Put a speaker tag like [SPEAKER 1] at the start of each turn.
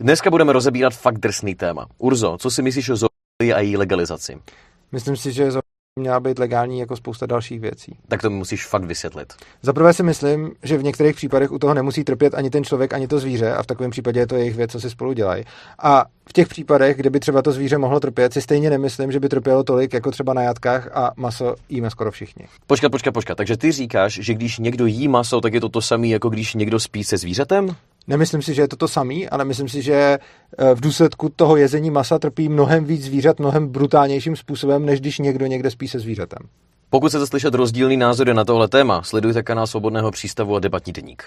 [SPEAKER 1] Dneska budeme rozebírat fakt drsný téma. Urzo, co si myslíš o zoologii a její legalizaci?
[SPEAKER 2] Myslím si, že zo- měla být legální jako spousta dalších věcí.
[SPEAKER 1] Tak to mi musíš fakt vysvětlit.
[SPEAKER 2] Za prvé si myslím, že v některých případech u toho nemusí trpět ani ten člověk, ani to zvíře a v takovém případě je to jejich věc, co si spolu dělají. A v těch případech, kdyby třeba to zvíře mohlo trpět, si stejně nemyslím, že by trpělo tolik jako třeba na jatkách a maso jíme skoro všichni.
[SPEAKER 1] Počkat, počkat, počkat. Takže ty říkáš, že když někdo jí maso, tak je to to samé, jako když někdo spí se zvířetem?
[SPEAKER 2] Nemyslím si, že je to to samý, ale myslím si, že eh, v důsledku toho jezení masa trpí mnohem víc zvířat mnohem brutálnějším způsobem, než když někdo někde spí se zvířetem.
[SPEAKER 1] Pokud chcete slyšet rozdílný názory na tohle téma, sledujte kanál Svobodného přístavu a debatní deník.